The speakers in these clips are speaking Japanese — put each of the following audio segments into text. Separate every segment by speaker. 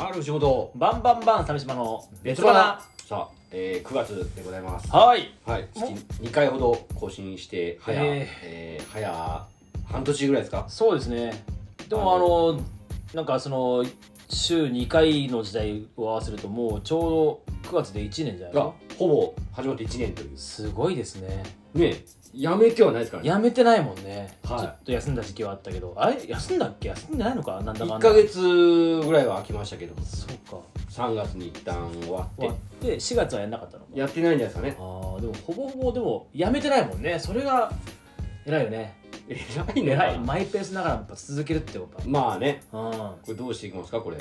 Speaker 1: ある仕事
Speaker 2: バンバンバン鮫島の
Speaker 1: ベ
Speaker 2: ベ
Speaker 1: ト
Speaker 2: ト
Speaker 1: ナ
Speaker 2: ナ
Speaker 1: さあ、えー、9月でございます
Speaker 2: ナはい
Speaker 1: はい月2回ほど更新して早、
Speaker 2: へー
Speaker 1: えー早半年ぐらいですか
Speaker 2: そうですねでもあのなんかその週2回の時代を合わせるともうちょうど9月で1年じゃないです
Speaker 1: が
Speaker 2: か
Speaker 1: ほぼ始まって1年という
Speaker 2: すごいですね
Speaker 1: ねやめきはないですからね
Speaker 2: やめてないもんね、
Speaker 1: はい
Speaker 2: ちょっと休んだ時期はあったけどあれ休んだっけ休んでないのかなんだか
Speaker 1: 1
Speaker 2: んだ
Speaker 1: か月ぐらいは空きましたけど
Speaker 2: そうか
Speaker 1: 3月に一旦終わっ
Speaker 2: 終わ
Speaker 1: て
Speaker 2: って4月はやんなかったのか
Speaker 1: やってないんじゃないですかね
Speaker 2: あーでもほぼほぼでもやめてないもんねそれが偉いよね
Speaker 1: 偉いね
Speaker 2: 偉いマイペースながらやっぱ続けるってやっぱ
Speaker 1: まあね
Speaker 2: うん
Speaker 1: これどうしていきますかこれ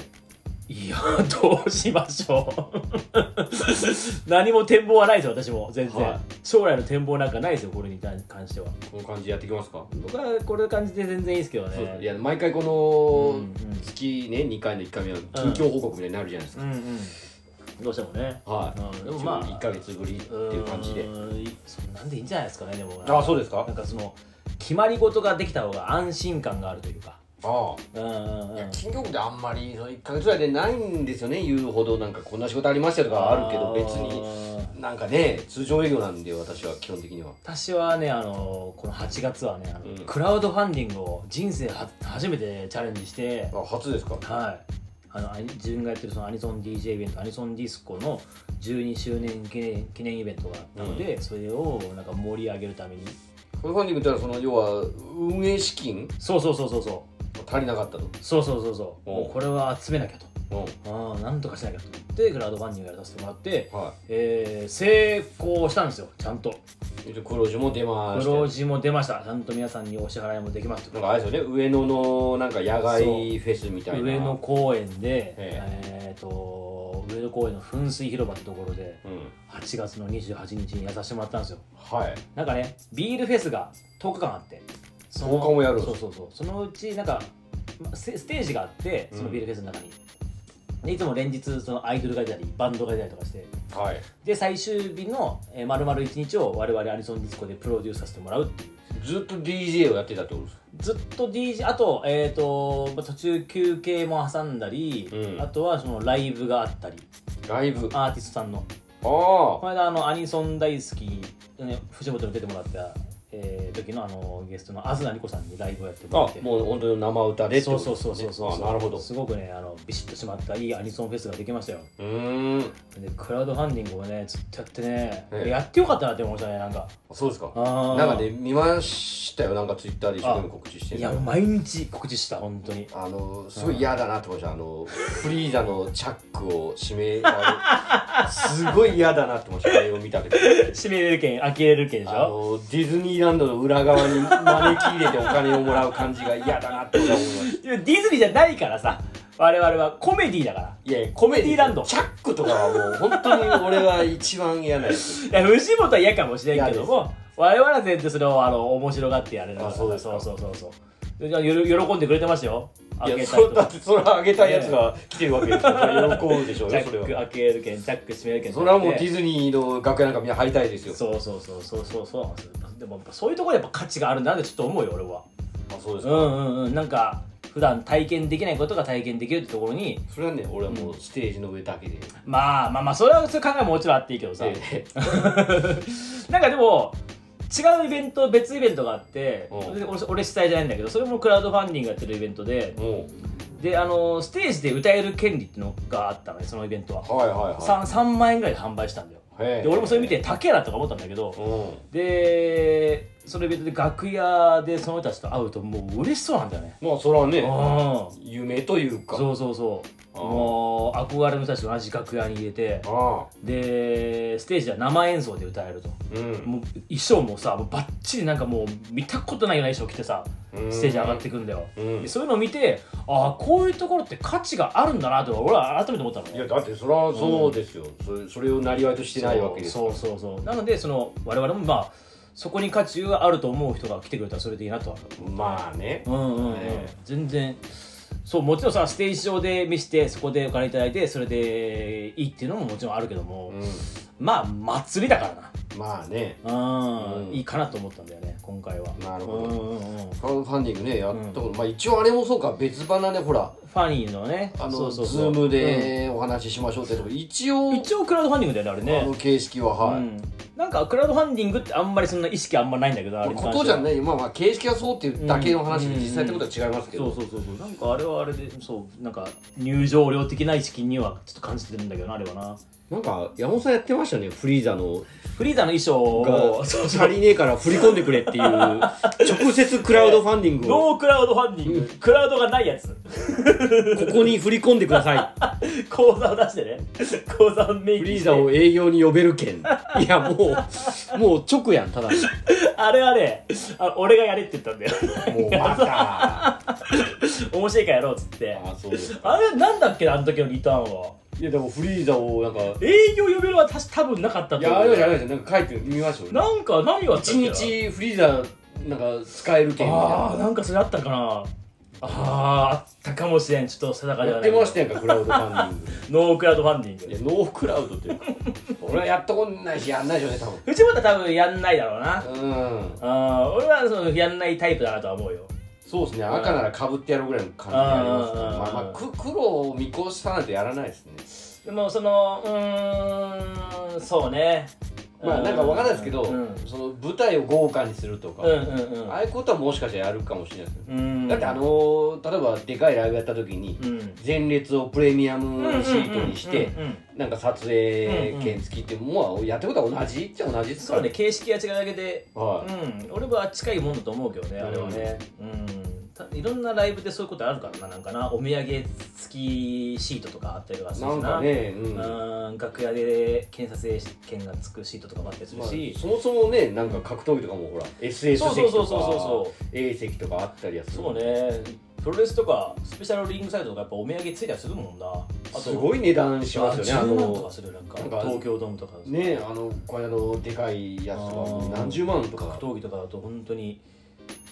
Speaker 2: いや、どうしましょう。 何も展望はないですよ、私も、全然、
Speaker 1: はい
Speaker 2: 将来の展望なんかないですよ、これに関しては。
Speaker 1: この感じでやっていきますか、
Speaker 2: 僕はこれ感じで全然いいですけどね。
Speaker 1: そういや毎回
Speaker 2: う
Speaker 1: こ
Speaker 2: ん
Speaker 1: の月ね2回の1回目は近況報告みたいになるじゃないですか
Speaker 2: うんうん。どうしてもね。
Speaker 1: はい、
Speaker 2: うん
Speaker 1: で
Speaker 2: で
Speaker 1: も
Speaker 2: も
Speaker 1: ま
Speaker 2: ま
Speaker 1: あ
Speaker 2: あ
Speaker 1: 1か月ぶりっていう感じで
Speaker 2: うーんいそんなんでいいんじゃないですかね、でも。
Speaker 1: ああそうですか
Speaker 2: なんかその、決まり事ができた方が安心感があるというか。
Speaker 1: あ
Speaker 2: うんうん
Speaker 1: あ
Speaker 2: うん。
Speaker 1: 金額ってあんまりその1か月ぐらいでないんですよね言うほどなんかこんな仕事ありましたとかあるけど別に
Speaker 2: に。
Speaker 1: なんかね通常営業なんで私は基本的には
Speaker 2: 私はねあのこの8月はねあの、
Speaker 1: うん
Speaker 2: クラウドファンディングを人生は初めてチャレンジして、
Speaker 1: あ初ですか
Speaker 2: はいあのアニ自分がやってるそのアニソン DJ イベントアニソンディスコの12周年記念記念イベントがあったので、それをなんか盛り上げるために
Speaker 1: クラウドファンディングってのはその要は運営資金
Speaker 2: そうそうそうそうそう
Speaker 1: 足りなかったと、
Speaker 2: そうそうそうそう
Speaker 1: お
Speaker 2: もうこれは集めなきゃと
Speaker 1: うん
Speaker 2: あーなんとかしなきゃと思ってクラウドファンディングやらさせてもらって、
Speaker 1: は
Speaker 2: えー成功したんですよちゃんと
Speaker 1: い、で黒字も出まして
Speaker 2: 黒字も出ましたちゃんと皆さんにお支払いもできますと
Speaker 1: なんかあれですよね上野のなんか野外フェスみたいな
Speaker 2: 上野公園で、
Speaker 1: え
Speaker 2: えー、と上野公園の噴水広場ってところで
Speaker 1: うん
Speaker 2: 8月の28日にやらせてもらったんですよ
Speaker 1: はい
Speaker 2: なんかねビールフェスが10日間あってその
Speaker 1: 10日もやる
Speaker 2: そうそうそうそのうちなんかまスステージがあってそのビールフェスの中に、でいつも連日そのアイドルがいたりバンドがいたりとかして
Speaker 1: はい
Speaker 2: で最終日のえー丸々1日を我々アニソンディスコでプロデュースさせてもらうっていう
Speaker 1: ずっと DJ をやってたってことですか
Speaker 2: ずっと DJ あと,、えー、とまあ途中休憩も挟んだり、
Speaker 1: うん
Speaker 2: あとはそのライブがあったり
Speaker 1: ライブあ
Speaker 2: アーティストさんの
Speaker 1: あ
Speaker 2: この間あのアニソン大好き、ね、藤本に出てもらった、えー時のあのゲストの東奈理子さんにライブをやってもらっ
Speaker 1: あ
Speaker 2: て
Speaker 1: もう本当に生歌でって
Speaker 2: そ
Speaker 1: こ
Speaker 2: う
Speaker 1: と
Speaker 2: そ
Speaker 1: です
Speaker 2: うそ
Speaker 1: ね
Speaker 2: うそうそう
Speaker 1: あなるほどう
Speaker 2: すごくねあのビシッとしまったいいアニソンフェスができましたよ
Speaker 1: ーん
Speaker 2: でクラウドファンディングをねずっとやってね、
Speaker 1: ええ
Speaker 2: やってよかったなって思いましたねなんか
Speaker 1: そうですか
Speaker 2: あー
Speaker 1: なんかね見ましたよなんかツイッターで一生懸命告知して
Speaker 2: い
Speaker 1: る
Speaker 2: やもう毎日告知した本当に
Speaker 1: あのすごい嫌だなって思いましたあのフリーザのチャックを締められすごい嫌だなって思いましたあれを見た時
Speaker 2: 閉めれる券開けれる券でし
Speaker 1: あの
Speaker 2: ょ
Speaker 1: ディズニーランドの裏側に招き入れてお金をもらう感じが嫌だなって 俺は思いました
Speaker 2: いやディズニーじゃないからさ我々はコメディだから
Speaker 1: いやいや
Speaker 2: コメディランド
Speaker 1: チャックとかはもう本当に俺は一番嫌なやつ
Speaker 2: いや藤本は嫌かもしれんけども我々は全然それをあの面白がってやれるから
Speaker 1: あそうですか
Speaker 2: そうそうそうそうでじゃあよろ喜んでくれてますよ
Speaker 1: い
Speaker 2: 開
Speaker 1: や
Speaker 2: けた
Speaker 1: そ
Speaker 2: り
Speaker 1: う
Speaker 2: と
Speaker 1: だ
Speaker 2: か
Speaker 1: ってそれはあげたいやつが来てるわけですから喜ぶでしょう
Speaker 2: ジ
Speaker 1: よ
Speaker 2: ャ
Speaker 1: それ
Speaker 2: ック
Speaker 1: は
Speaker 2: 開ける券ジャック閉める券
Speaker 1: それはもうディ
Speaker 2: ズ
Speaker 1: ズニーの楽屋なんかみんな入りたいですよ
Speaker 2: そうそうそうそうそうそうなんですよでもやっぱそういうところでやっぱ価値があるんだなってちょっと思うよ俺は
Speaker 1: あそうです
Speaker 2: う
Speaker 1: か、
Speaker 2: んうんうんなんか普段体験できないことが体験できるってところに
Speaker 1: それはね俺はもうステージの上だけで、
Speaker 2: まあまあまあそれはそういう考えももちろんあっていいけどさ、
Speaker 1: ええ
Speaker 2: なんかでも違うイベント別イベントがあって
Speaker 1: うん
Speaker 2: 俺俺主催じゃないんだけどそれもクラウドファンディングやってるイベントで
Speaker 1: も
Speaker 2: であのステージで歌える権利っていうのがあったのねそのイベントは
Speaker 1: うはいはいはい
Speaker 2: 3, 3万円ぐらいで販売したんだよ
Speaker 1: へえ
Speaker 2: で俺もそれ見て高えなとか思ったんだけど
Speaker 1: うん
Speaker 2: でそのイベントで楽屋でその人たちと会うともう嬉しそうなんだよね
Speaker 1: まあそれは
Speaker 2: う
Speaker 1: ね
Speaker 2: ん
Speaker 1: 夢というか
Speaker 2: そうそうそう
Speaker 1: あー
Speaker 2: もう憧れの人たちと同じ楽屋に入れて
Speaker 1: ああ
Speaker 2: でステージでは生演奏で歌えると
Speaker 1: うん
Speaker 2: もう衣装もさもうバッチリなんかもう見たことないような衣装着てさ
Speaker 1: うん
Speaker 2: ステージ上がっていくんだよ、
Speaker 1: うん
Speaker 2: でそういうのを見てああこういうところって価値があるんだなと俺は改めて思ったの
Speaker 1: い
Speaker 2: ね
Speaker 1: やだってそれはそうですよ、それそれをなりわいとしてないわけです
Speaker 2: そうそうそうそうなのでその我々もまあそこに価値があると思う人が来てくれたらそれでいいなとは
Speaker 1: まあね、
Speaker 2: 思う、うんうんうん
Speaker 1: ええ
Speaker 2: 全然そうもちろんさステージ上で見せてそこでお金いただいてそれでいいっていうのももちろんあるけども、
Speaker 1: うん、
Speaker 2: まあ祭りだからな
Speaker 1: まあね
Speaker 2: うん
Speaker 1: うん
Speaker 2: いいかなと思ったんだよね今回は
Speaker 1: なるほど
Speaker 2: うんうんうん
Speaker 1: クラウドファンディングねやったこと、まあ一応あれもそうか別花ねほら
Speaker 2: ファニーのね
Speaker 1: あ
Speaker 2: そ
Speaker 1: の
Speaker 2: う
Speaker 1: ズ
Speaker 2: そうそう
Speaker 1: ームでお話ししましょうってとこ一応
Speaker 2: うん一応クラウドファンディングだよねあれ
Speaker 1: あ
Speaker 2: ね
Speaker 1: の形式ははい、
Speaker 2: うん、なんかクラウドファンディングってあんまりそんな意識あんまないんだけどあれに
Speaker 1: こ
Speaker 2: 関
Speaker 1: と
Speaker 2: して
Speaker 1: じゃ
Speaker 2: は
Speaker 1: ない、まあまあ形式はそうっていうだけの話で、
Speaker 2: うん
Speaker 1: 実際ってことは違いますけど、
Speaker 2: そうそうそうそうなんかあれはあれでそうなんか入場料的な意識にはちょっと感じてるんだけどなあれはな
Speaker 1: なんか山本さんやってましたねフリーザの
Speaker 2: フリーザの衣装を
Speaker 1: が
Speaker 2: そうそう
Speaker 1: 足りねえから振り込んでくれっ ていう直接クラウドファンディングを
Speaker 2: ノークラウドファンディング、クラウドがないやつ
Speaker 1: ここに振り込んでください
Speaker 2: 口座を出してね口座をメイ
Speaker 1: フ
Speaker 2: ン
Speaker 1: リ
Speaker 2: に
Speaker 1: ー
Speaker 2: し
Speaker 1: ザ
Speaker 2: て
Speaker 1: を営業に呼べる 券いやもうもう直やんただ
Speaker 2: あれはねあ俺がやれって言ったんだよ
Speaker 1: もう ま
Speaker 2: 面白いからやろうっつって
Speaker 1: たあそうです
Speaker 2: あれなんだっけなあの時のリターンはい
Speaker 1: やでもフリーザをなんかい
Speaker 2: 営業呼べるはたし多分なかったと
Speaker 1: やあ
Speaker 2: 思
Speaker 1: れ
Speaker 2: う
Speaker 1: じゃないですよなんか書いてみましょう
Speaker 2: なんか何があったっ
Speaker 1: 一
Speaker 2: けな
Speaker 1: 日フリーザなんか使える券みたい
Speaker 2: あー
Speaker 1: な
Speaker 2: なんかそれあったかなあーあったかもしれんちょっと定かで
Speaker 1: や
Speaker 2: は
Speaker 1: っ
Speaker 2: ない
Speaker 1: てましたやんかクラウドファンディング
Speaker 2: ノークラウドファンディン
Speaker 1: い
Speaker 2: グ
Speaker 1: やノークラウドっていうか俺はやったことないしやんないでしょうね多
Speaker 2: 藤本は多分やんないだろうな
Speaker 1: 分うん
Speaker 2: あー俺はそのやんないタイプだなとは思うよ
Speaker 1: そうですね
Speaker 2: ん
Speaker 1: 赤ならかぶってやるぐらいの感じになりますね
Speaker 2: うん
Speaker 1: まあまあく黒を見越したなんてやらないですね
Speaker 2: でもそのうーんそうね
Speaker 1: まあなんかわかんないですけど、
Speaker 2: うん、うん
Speaker 1: その舞台を豪華にするとか、
Speaker 2: うんうん
Speaker 1: ああいうことはもしかしたらやるかもしれないですね
Speaker 2: うん
Speaker 1: だってあのー例えばでかいライブやった時に
Speaker 2: うん
Speaker 1: 前列をプレミアムシートにして
Speaker 2: うんうんうん
Speaker 1: なんか撮影券付きってもうやってることは同じっちゃ同じですか
Speaker 2: そう
Speaker 1: ら
Speaker 2: ね形式が違うだけで
Speaker 1: は
Speaker 2: うん俺は近いもんだと思うけどねあれはねうんたいろんなライブでそういうことあるからななんかなお土産付きシートとかあったりとか
Speaker 1: い
Speaker 2: する
Speaker 1: な
Speaker 2: し
Speaker 1: んかねうん
Speaker 2: うん楽屋で検査券がつくシートとかもあったりする
Speaker 1: まあ
Speaker 2: し、
Speaker 1: そもそもねなんか格闘技とかもほら SS
Speaker 2: そうそう
Speaker 1: 席
Speaker 2: そう
Speaker 1: と
Speaker 2: そうそう
Speaker 1: か
Speaker 2: そう
Speaker 1: A 席とかあったりはする
Speaker 2: そうねプロレスとかスペシャルリングサイドとかやっぱお土産ついたりするもんなあと
Speaker 1: すごい値段しますよねあ
Speaker 2: 10万とか
Speaker 1: の
Speaker 2: するなんか
Speaker 1: なんか
Speaker 2: 東京ドームとか
Speaker 1: ねあのこれあのでかいやつ
Speaker 2: あ
Speaker 1: と
Speaker 2: ー
Speaker 1: か何十万とか
Speaker 2: 格闘技とかだと本当に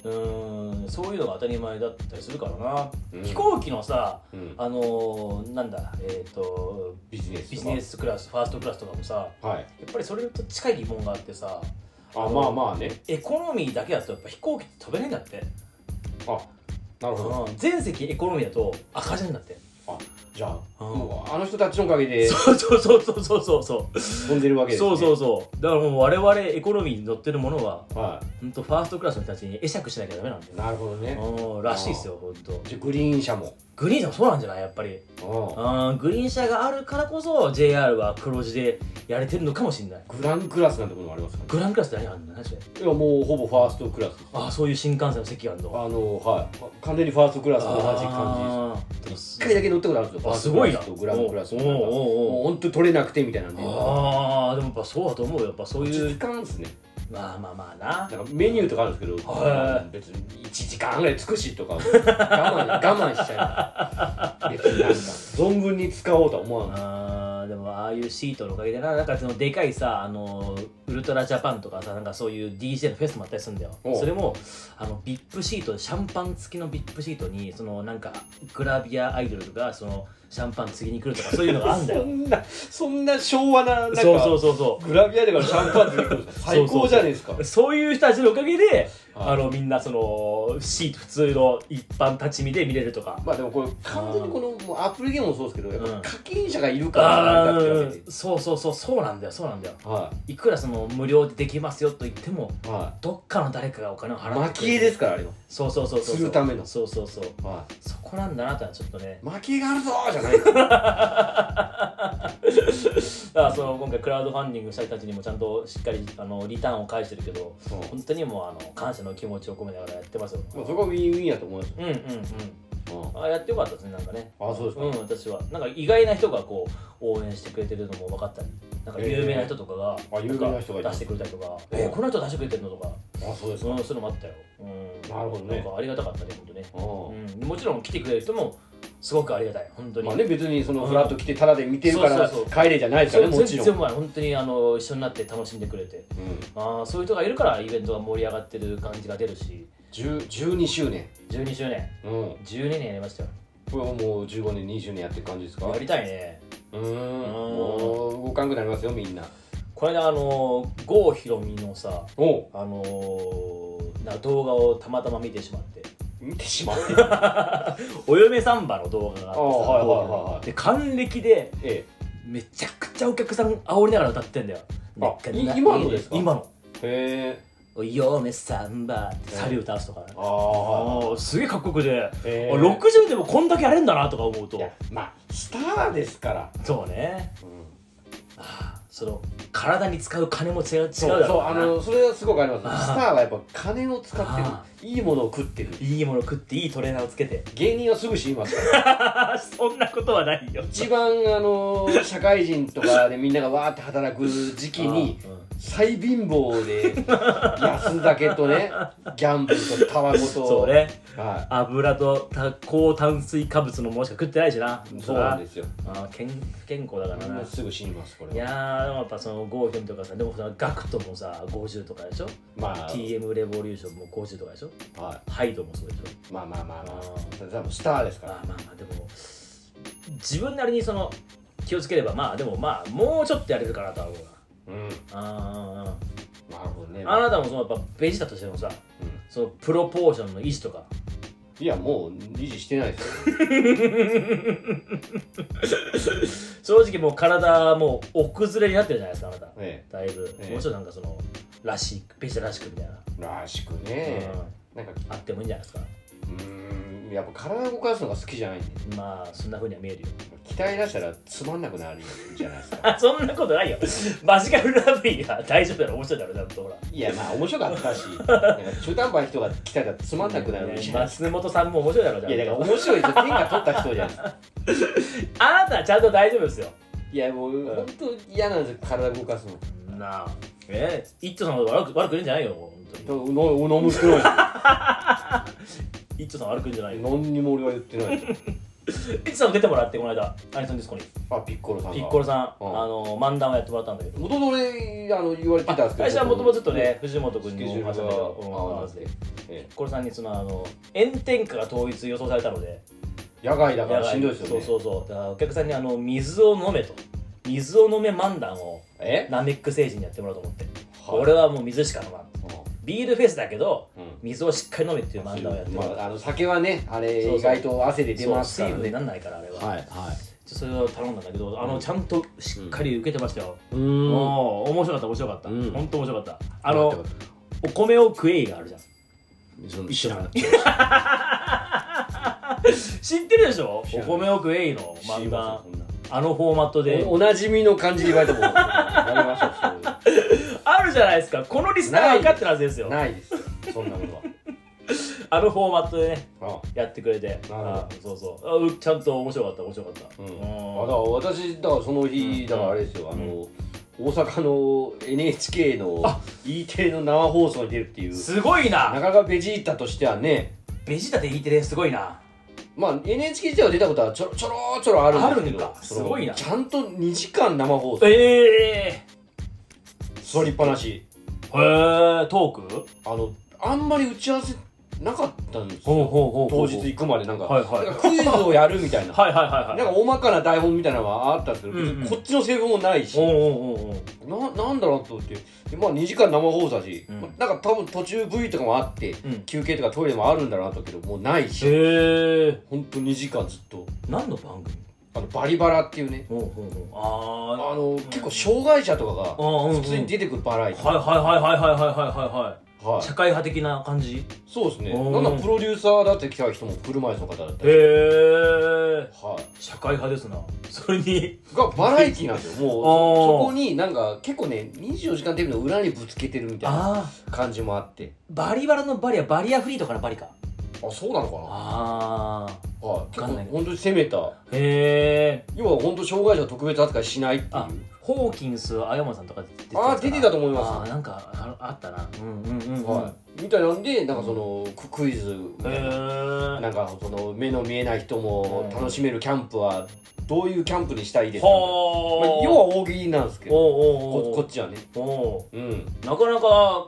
Speaker 2: うーんそういうのが当たり前だったりするからな、
Speaker 1: うん
Speaker 2: 飛行機のさ
Speaker 1: うん
Speaker 2: あのーなんだえっ、と
Speaker 1: ビジネス
Speaker 2: ビ
Speaker 1: と
Speaker 2: ジ
Speaker 1: か
Speaker 2: ネスクラスファーストクラスとかもさや
Speaker 1: はい
Speaker 2: っぱりそれと近い疑問があってさ
Speaker 1: あまあまあね
Speaker 2: エコノミーだけだとやっぱ飛行機って飛べないんだって、
Speaker 1: あなるほど
Speaker 2: うん、全席エコノミーだと赤字なんだって
Speaker 1: あじゃあ
Speaker 2: うん
Speaker 1: もうあの人たちのおかげで
Speaker 2: そうそうそうそうそうそうそう
Speaker 1: 飛んでるわけですね
Speaker 2: そうそうそうだからもう我々エコノミーに乗ってるものは
Speaker 1: は
Speaker 2: 本当ファーストクラスの人たちに会釈しなきゃダメなんだ
Speaker 1: い
Speaker 2: よ
Speaker 1: なるほどね
Speaker 2: うんらしいですよ本当
Speaker 1: じゃあグリーン車も
Speaker 2: グリーン車もそうなんじゃないやっぱり
Speaker 1: うん
Speaker 2: うんグリーン車があるからこそ JR は黒字でやれてるのかもしれない
Speaker 1: グランクラスなんてものもありますか
Speaker 2: グランクラスって何あんの何それ
Speaker 1: いやもうほぼファーストクラスです
Speaker 2: ああそういう新幹線の席があるの
Speaker 1: あのはい完全にファーストクラスと同じ感じ
Speaker 2: じ
Speaker 1: です一回だけ乗ったことあるんですよ
Speaker 2: あ
Speaker 1: ファース
Speaker 2: す
Speaker 1: トク
Speaker 2: ごい
Speaker 1: ラ
Speaker 2: な
Speaker 1: スとグランクラスと
Speaker 2: お
Speaker 1: な
Speaker 2: うんおう
Speaker 1: か
Speaker 2: おう
Speaker 1: もう本当取れなくてみたいなんで
Speaker 2: ああでもやっぱそうだと思うよやっぱそう
Speaker 1: 1
Speaker 2: い
Speaker 1: 時
Speaker 2: う
Speaker 1: 間ですね
Speaker 2: まあまあまあな
Speaker 1: なんかメニューとかあるんですけど、
Speaker 2: はい
Speaker 1: 別に1時間ぐらい尽くしとか我 慢我慢しちゃう別になんか存分に使おうとは思わない
Speaker 2: あーでもああいうシートのおかげでななんかそのでかいさあのウルトラジャパンとかさなんかそういう DJ のフェスもあったりするんだよ
Speaker 1: おう
Speaker 2: それもあの VIP シートシャンパン付きの VIP シートにそのなんかグラビアアイドルがそのシャンパン継ぎに来るとかそういうのがあるんだ
Speaker 1: そ
Speaker 2: よ
Speaker 1: んなそんな昭和 ななんか
Speaker 2: そうそうそうそ
Speaker 1: グラビアでからシャンパンズに行くの最高じゃないですか
Speaker 2: うそういう人たちのおかげで、
Speaker 1: はい
Speaker 2: あのみんなそのシート普通の一般立ち見で見れるとか
Speaker 1: まあでもこれ完全にこのもうアプリゲームもそうですけどや
Speaker 2: う
Speaker 1: っぱ
Speaker 2: ん
Speaker 1: 課金者がいるから
Speaker 2: あ
Speaker 1: 成り立ってるわけ
Speaker 2: ーそうそうそうそうなんだよそうなんだよ
Speaker 1: ではい
Speaker 2: くらその無料でできますよと言っても
Speaker 1: いは
Speaker 2: どっかの誰かがお金を
Speaker 1: い
Speaker 2: 払って
Speaker 1: 蒔絵ですからあれは
Speaker 2: そうそうそうそう
Speaker 1: するための
Speaker 2: そうそうそう
Speaker 1: はい
Speaker 2: そこなんだなとはちょっとね
Speaker 1: 蒔絵があるぞーじゃないですか
Speaker 2: だからその今回クラウドファンディングした人たちにもちゃんとしっかりあのリターンを返してるけど
Speaker 1: そう
Speaker 2: 本当にもうあの感謝の気持ちを込めながらやってますよ
Speaker 1: まあそこはウィンウィンやと思いますよ
Speaker 2: うんうんうん
Speaker 1: うん
Speaker 2: あやってよかったですねなんかね
Speaker 1: あそうです
Speaker 2: うん私はなんか意外な人がこう応援してくれてるのも分かったりなんか有名な人とかが、
Speaker 1: えーあ有名な人がい
Speaker 2: 出
Speaker 1: た
Speaker 2: してくれたりとか「
Speaker 1: うん
Speaker 2: えーこの人出してくれてるの?」とか
Speaker 1: かあそうです
Speaker 2: そ
Speaker 1: か
Speaker 2: うそういうのもあったよ、うん、
Speaker 1: なるほどね
Speaker 2: なんかありがたかったね本当ね
Speaker 1: うん
Speaker 2: うん、もちろん来てくれる人もすごくありがたい本当に、
Speaker 1: まあね、別にそのフラッと来てタダで見てるか
Speaker 2: そう
Speaker 1: ら
Speaker 2: そう
Speaker 1: 帰れじゃないですからねもち
Speaker 2: 全
Speaker 1: ろん、
Speaker 2: 然前本当にあの一緒になって楽しんでくれて
Speaker 1: うん、
Speaker 2: あーそういう人がいるからイベントが盛り上がってる感じが出るし
Speaker 1: 10 12周年、
Speaker 2: 12周年
Speaker 1: うん、
Speaker 2: 12年やりましたよ
Speaker 1: これはもう15年20年やってる感じですか
Speaker 2: やりたいね
Speaker 1: うーんもう動かんくなりますよみんな
Speaker 2: この間あの郷ひろみのさ
Speaker 1: おう
Speaker 2: あのーなんか動画をたまたま見てしまって
Speaker 1: 見てしまって
Speaker 2: 「お嫁サンバ」の動画があってさ
Speaker 1: あーはいはいはいはい
Speaker 2: で還暦で
Speaker 1: え
Speaker 2: めちゃくちゃお客さん煽りながら歌ってんだよ
Speaker 1: あ
Speaker 2: なんかない
Speaker 1: 今のですか
Speaker 2: 今の
Speaker 1: えへえ
Speaker 2: 「お嫁サンバ」ってサビ歌うとかね
Speaker 1: あ
Speaker 2: あ
Speaker 1: あ
Speaker 2: ーすげえかっこよくて、
Speaker 1: え
Speaker 2: あ60でもこんだけやれんだなとか思うと
Speaker 1: まあスターですから、
Speaker 2: そうね
Speaker 1: うん、
Speaker 2: あーその体に使う金も違う違うだ
Speaker 1: そうそう
Speaker 2: ろ
Speaker 1: あ
Speaker 2: うな
Speaker 1: のそれはすごくありま
Speaker 2: あ
Speaker 1: す
Speaker 2: ー
Speaker 1: スターはやっぱ金を使
Speaker 2: あ
Speaker 1: ってるいいものを食ってる
Speaker 2: いいもの食っていいトレーナーをつけて
Speaker 1: 芸人はすぐ死にますから
Speaker 2: そんなことはないよ
Speaker 1: 一番あの社会人とかでみんながわーって働く時期に
Speaker 2: あーうん
Speaker 1: 最貧乏で安酒と ねギャンブルとタバコと
Speaker 2: そうね
Speaker 1: は
Speaker 2: 油とた高炭水化物のものしか食ってないしない
Speaker 1: そうなんですよ
Speaker 2: そらあー健不健康だから
Speaker 1: みん
Speaker 2: な
Speaker 1: なすぐ死にますこ
Speaker 2: い
Speaker 1: れは
Speaker 2: やーでもやっぱそのゴーヒョンとかさでもそのガクトもさ50とかでしょ
Speaker 1: まあ、
Speaker 2: TM レボリューションも50とかでしょ
Speaker 1: は
Speaker 2: ハイドもそうでしょ
Speaker 1: い、まあまあまあま
Speaker 2: あ
Speaker 1: あ
Speaker 2: ー
Speaker 1: 多分スターですから
Speaker 2: まあまあまあでも自分なりにその気をつければまあでもまあもうちょっとやれるかなとは思うな
Speaker 1: うん
Speaker 2: あ
Speaker 1: なるほどね
Speaker 2: ーあなたもそのやっぱベジータとしてのさ
Speaker 1: うん
Speaker 2: そのプロポーションの維持とか
Speaker 1: いやもう維持してないですよ
Speaker 2: 正直もう体もうお崩れになってるじゃないですかあなた
Speaker 1: え
Speaker 2: だいぶ、
Speaker 1: ええ
Speaker 2: もうちょっとなんかそのらしいベジータらしくみたいな、
Speaker 1: えらしくねなんか
Speaker 2: うん、あってもいいんじゃないですか
Speaker 1: うーんやっぱ体動かすのが好きじゃないんで
Speaker 2: まあそんな風には見えるよ
Speaker 1: 鍛え出したらつまんなくなるじゃないですか
Speaker 2: あそんなことないよマジカルラブリーが大丈夫だろ面白いだろちゃんとほら
Speaker 1: いやまあ面白かったしなんか中途半端な人が鍛えたらつまんなくなるじゃないです
Speaker 2: 松本さんも面白いだろちゃ
Speaker 1: かい
Speaker 2: んと
Speaker 1: やだから面白いですよ天下取った人じゃないです か
Speaker 2: あなたはちゃんと大丈夫ですよ
Speaker 1: いやもう本当嫌なんですよ体動かすの
Speaker 2: なあええ一丁さんのこと悪く悪く言うんじゃないよ本当
Speaker 1: との飲むくら
Speaker 2: に一丁さん悪く言うんじゃないいよ
Speaker 1: 何にも俺は言ってないです
Speaker 2: 一丁さんも出てもらってこの間アニソンディスコに
Speaker 1: あピッコロさんが
Speaker 2: ピッコロさん、
Speaker 1: うん
Speaker 2: あの漫談をやってもらったんだけど
Speaker 1: 元々俺あの言われてたんですけど
Speaker 2: 最初はもともとずっとね藤本君
Speaker 1: ス
Speaker 2: に
Speaker 1: ケジュール
Speaker 2: お
Speaker 1: が
Speaker 2: 話ししたんだけどう
Speaker 1: 合
Speaker 2: ん
Speaker 1: わな
Speaker 2: 話
Speaker 1: く
Speaker 2: してて
Speaker 1: ええ
Speaker 2: ピッコロさんにそのあの炎天下が統一予想されたので
Speaker 1: 野外だか
Speaker 2: 野
Speaker 1: ら
Speaker 2: 外
Speaker 1: しんどいですよね
Speaker 2: そうそうそうだからお客さんにあの水を飲めと水を飲め漫談を
Speaker 1: え
Speaker 2: ナメック星人にやってもらおうと思って、
Speaker 1: はい
Speaker 2: 俺はもう水しか飲まんビールフェスだけど
Speaker 1: うん
Speaker 2: 水をしっかり飲めっていう漫談をやっても
Speaker 1: ま
Speaker 2: らう
Speaker 1: あ、あの酒はねあれ
Speaker 2: そうそう
Speaker 1: 意外と汗で出
Speaker 2: そう
Speaker 1: ます
Speaker 2: 水
Speaker 1: から
Speaker 2: 分
Speaker 1: ね
Speaker 2: になんないからあれは、
Speaker 1: いはい
Speaker 2: それを頼んだんだけどあのちゃんとしっかり受けてましたよ、
Speaker 1: う
Speaker 2: も
Speaker 1: ん
Speaker 2: う面白かった面白かった、
Speaker 1: うん
Speaker 2: ほんと面白かったあのお米を食えいがあるじゃん
Speaker 1: 知らな
Speaker 2: 知ってるでしょ
Speaker 1: 知
Speaker 2: お
Speaker 1: らない
Speaker 2: 米を食えいの漫談あのフォーマットで
Speaker 1: おおなじみの感じで言われてもなりまし
Speaker 2: あるじゃないですかこのリスナーが分かってるはずです
Speaker 1: た
Speaker 2: よ
Speaker 1: ないですよそんなこと
Speaker 2: あのフォーマットでね
Speaker 1: は
Speaker 2: やってくれて
Speaker 1: なるほど
Speaker 2: あそうそうあうちゃんと面白かった面白かった
Speaker 1: うん、
Speaker 2: う
Speaker 1: あだから私だからその日だからあれですよ、あの大阪の NHK の E テレの生放送に出るっていうん
Speaker 2: すごい
Speaker 1: な
Speaker 2: な
Speaker 1: かなかベジータとしてはね
Speaker 2: ベジータで E テレすごいな
Speaker 1: まあ NHK 自体は出たことはちょろちょろちょろあるんですけど
Speaker 2: あるんかすごいな
Speaker 1: そのちゃんと2時間生放送
Speaker 2: ええ
Speaker 1: 座りっぱなし
Speaker 2: へえトーク
Speaker 1: あのあんまり打ち合わせなかったんです
Speaker 2: ほう
Speaker 1: よ
Speaker 2: ほうほうほ
Speaker 1: 当
Speaker 2: う
Speaker 1: 日行くまでなんか,、
Speaker 2: はいはい
Speaker 1: クイズをやるみたいな、
Speaker 2: はいはいはいはい
Speaker 1: なんか大まかな台本みたいなのはあったんですけど、
Speaker 2: うんうん
Speaker 1: こっちの成分もないし
Speaker 2: おうおうおうおう
Speaker 1: ななんだろうと思ってでまあ2時間生放送だし、
Speaker 2: うん
Speaker 1: まあなんか多分途中 V とかもあって、
Speaker 2: ん
Speaker 1: 休憩とかトイレもあるんだろうなと思うけどもうないし
Speaker 2: へえ
Speaker 1: ほんと2時間ずっと
Speaker 2: 何の番組
Speaker 1: あのバリバラっていうね
Speaker 2: ほうほうほ
Speaker 1: あ
Speaker 2: うああ
Speaker 1: の、結構障害者とかが
Speaker 2: ああうんうん
Speaker 1: 普通に出てくるバラエティ、
Speaker 2: はいはいはいはいはいはいはいはい
Speaker 1: はい
Speaker 2: 社会派的な感じ
Speaker 1: そうですね
Speaker 2: うん
Speaker 1: なんだプロデューサーだって来た人も車椅子の方だった
Speaker 2: へ
Speaker 1: り、
Speaker 2: え
Speaker 1: はい
Speaker 2: 社会派ですなそれに
Speaker 1: がバラエティなんですよもう
Speaker 2: あー
Speaker 1: そこになんか結構ね『24時間テレビ』の裏にぶつけてるみたいな
Speaker 2: ああ
Speaker 1: 感じもあって
Speaker 2: バリバラのバリアバリアフリーとかのバリか
Speaker 1: あそうなのか
Speaker 2: ああ
Speaker 1: なはい結
Speaker 2: わかんない
Speaker 1: 構本当に攻めた
Speaker 2: へえ
Speaker 1: 要は本当障害者を特別扱いしないっていう
Speaker 2: あホーキンス青山さんとか出てた
Speaker 1: あー出てたと思います
Speaker 2: あーなんかあのあったなうんうんうんうん
Speaker 1: はい、みたいなんでなんかそのククイズみたいなな
Speaker 2: へ
Speaker 1: んかその目の見えない人も楽しめるキャンプはどういうキャンプにしたいです
Speaker 2: え
Speaker 1: か、まあ、
Speaker 2: ほ
Speaker 1: 要は大喜利なんですけど
Speaker 2: おうおうお
Speaker 1: こ
Speaker 2: う
Speaker 1: こっちはね
Speaker 2: お
Speaker 1: うん
Speaker 2: うなかなか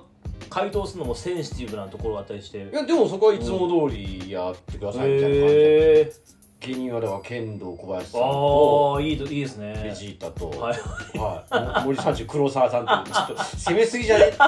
Speaker 2: 回答するのもセンシティブなところがあったりして
Speaker 1: いやでもそこはいつも通りやってくださいみたいな感じで
Speaker 2: へえ
Speaker 1: 芸人はだから剣道小林さんと
Speaker 2: ああいいといいですね
Speaker 1: ベジータと、
Speaker 2: は
Speaker 1: はいも森三中黒沢さんというちょっと攻めすぎじゃねっていう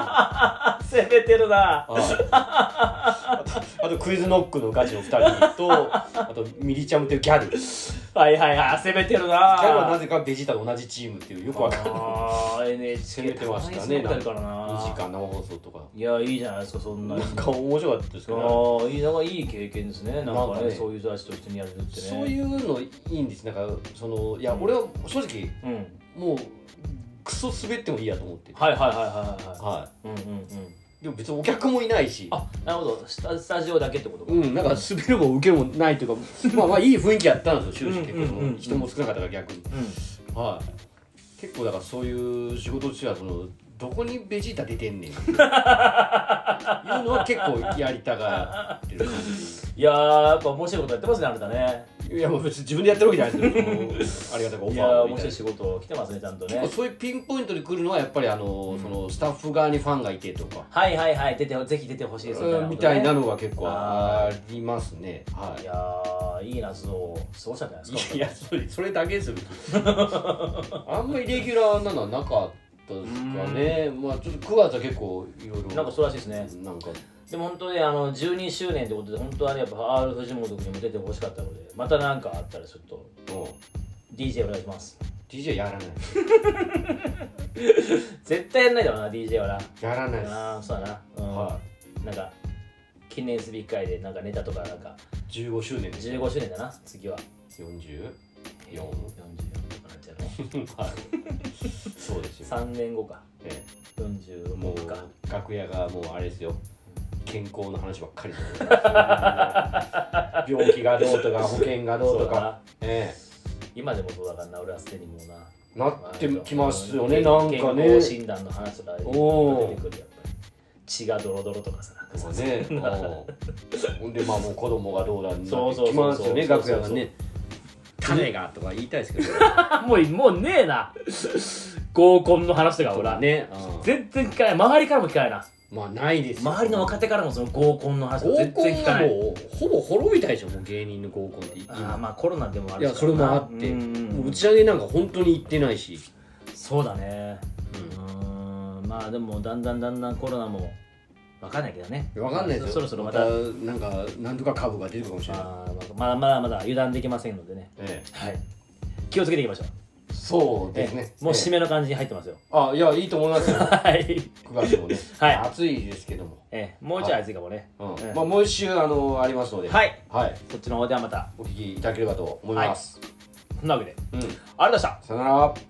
Speaker 2: 攻めてるな
Speaker 1: あとあとクイズノックのガチの2人とあとミリチャムというギャルギャ
Speaker 2: はいはいはい攻めてるな
Speaker 1: ルはなぜかベジータと同じチームっていうよくわかんない
Speaker 2: あー NHK
Speaker 1: 攻めてましたね
Speaker 2: 大変そうだからな
Speaker 1: 2時間生放送とか
Speaker 2: いやいいじゃないですかそんな
Speaker 1: なんか面白かったですけど
Speaker 2: ああいいなんかいい経験ですねなんかね
Speaker 1: なんかね
Speaker 2: そういう人たちと一緒にやれるってね
Speaker 1: そういうのいいんですなんかそのいや俺は正直
Speaker 2: うん
Speaker 1: もうクソ滑ってもいいやと思ってて
Speaker 2: はいはいはいはいはいは
Speaker 1: はい
Speaker 2: うんうんうん
Speaker 1: いでも別にお客もいないし
Speaker 2: あなるほどスタスタジオだけってことか、
Speaker 1: うん、なんか滑るも受けもないというかまあまあいい雰囲気やったんですよ終始結
Speaker 2: うんうんうんうん
Speaker 1: 構人も少なかったから逆に
Speaker 2: う
Speaker 1: はい結構だからそういう仕事としてはそのどこにベジータ出てんねんいう のは結構やりたがってる感
Speaker 2: ん、いやーやっぱ面白いことやってますねあなたね
Speaker 1: じいやもう別に自分でやってるわけじゃないですけどありがたいオ
Speaker 2: い
Speaker 1: ファ
Speaker 2: や
Speaker 1: ー
Speaker 2: ー
Speaker 1: をい
Speaker 2: 面
Speaker 1: ただ
Speaker 2: 白
Speaker 1: い
Speaker 2: い
Speaker 1: て
Speaker 2: 仕事来てますねちゃんとね
Speaker 1: そういうピンポイントで来るのはやっぱりあの、そのスタッフ側にファンがいてとか、
Speaker 2: はいはいはい出てぜひ出てほしいですみたいな,、
Speaker 1: みたいなのが結構ありますねはい
Speaker 2: やーいいなそうそうしたんじゃないですか
Speaker 1: いやそれそれだけ ですよあんまりレギュラーなのはなかったですかねまあちょっと9月は結構いろいろ
Speaker 2: なんかそうらしいですね
Speaker 1: なんか
Speaker 2: でも本当ねあの12周年ってことで本当はねやっぱ R 藤本君にも出てほしかったのでまた何かあったらちょっと
Speaker 1: もう
Speaker 2: DJ お願いします
Speaker 1: DJ やらない
Speaker 2: 絶対やんないだろうな DJ はな
Speaker 1: やらないです
Speaker 2: ああそうだなうん、
Speaker 1: は
Speaker 2: なんか記念すべき回でなんかネタとかなんか
Speaker 1: 15周年です
Speaker 2: 15周年だな次は
Speaker 1: 44?
Speaker 2: 44とかなっちゃうの
Speaker 1: はいそうですよ、
Speaker 2: 3年後か
Speaker 1: ええも
Speaker 2: 46か
Speaker 1: う楽屋がもうあれですよ健康の話ばっかりで 病気がどうとか保険がどうと
Speaker 2: そうだ
Speaker 1: か
Speaker 2: な
Speaker 1: え
Speaker 2: 今でもそうだからな俺はすでにもうな
Speaker 1: えなってきますよねなんか
Speaker 2: 健
Speaker 1: ね
Speaker 2: 康診断の話とか出てく
Speaker 1: おー
Speaker 2: るやっぱり血がドロドロとかさなんかさ
Speaker 1: ね、ほんでまあもう子供がどうだになってき
Speaker 2: そうそう
Speaker 1: ま
Speaker 2: そう
Speaker 1: す
Speaker 2: そう
Speaker 1: よね楽屋がね種がとか言いたいですけど
Speaker 2: もうもうねえな合コンの話とか俺は
Speaker 1: ね、
Speaker 2: 全然聞かない周りからも聞かないな
Speaker 1: まあないですよ
Speaker 2: 周りの若手からもその合コンの話とか
Speaker 1: 合
Speaker 2: 全
Speaker 1: コ
Speaker 2: 然
Speaker 1: ン
Speaker 2: 聞か
Speaker 1: が
Speaker 2: ない
Speaker 1: もうほぼ滅びたでしょもう芸人の合コンって
Speaker 2: ああまあコロナでもあ
Speaker 1: い
Speaker 2: る
Speaker 1: やそれもあって
Speaker 2: うんうん
Speaker 1: もう打ち上げなんか本当に行ってないし
Speaker 2: そうだねうんまあでもだんだんだんだんコロナもわかんないけどね
Speaker 1: 分かんないですよ
Speaker 2: そろそろまた
Speaker 1: なんかなんとか株が出てくるかもしれない、
Speaker 2: あーまだまだまだ油断できませんのでね
Speaker 1: え
Speaker 2: はい気をつけていきましょう
Speaker 1: え、そうです
Speaker 2: え
Speaker 1: ね
Speaker 2: えもう
Speaker 1: め、
Speaker 2: 締めの感じに入ってますよ
Speaker 1: あいやいいと思いますよ
Speaker 2: はい
Speaker 1: 9月 もね、
Speaker 2: はい
Speaker 1: 暑いですけども、
Speaker 2: ええもうちょい暑いかもね
Speaker 1: うん
Speaker 2: ええ
Speaker 1: まあ、もう一週あのありますので、
Speaker 2: はいい
Speaker 1: はい、
Speaker 2: そっちの方ではまた
Speaker 1: お聞きいただければと思います、
Speaker 2: そんなわけで
Speaker 1: うん
Speaker 2: ありがとうございました
Speaker 1: さよなら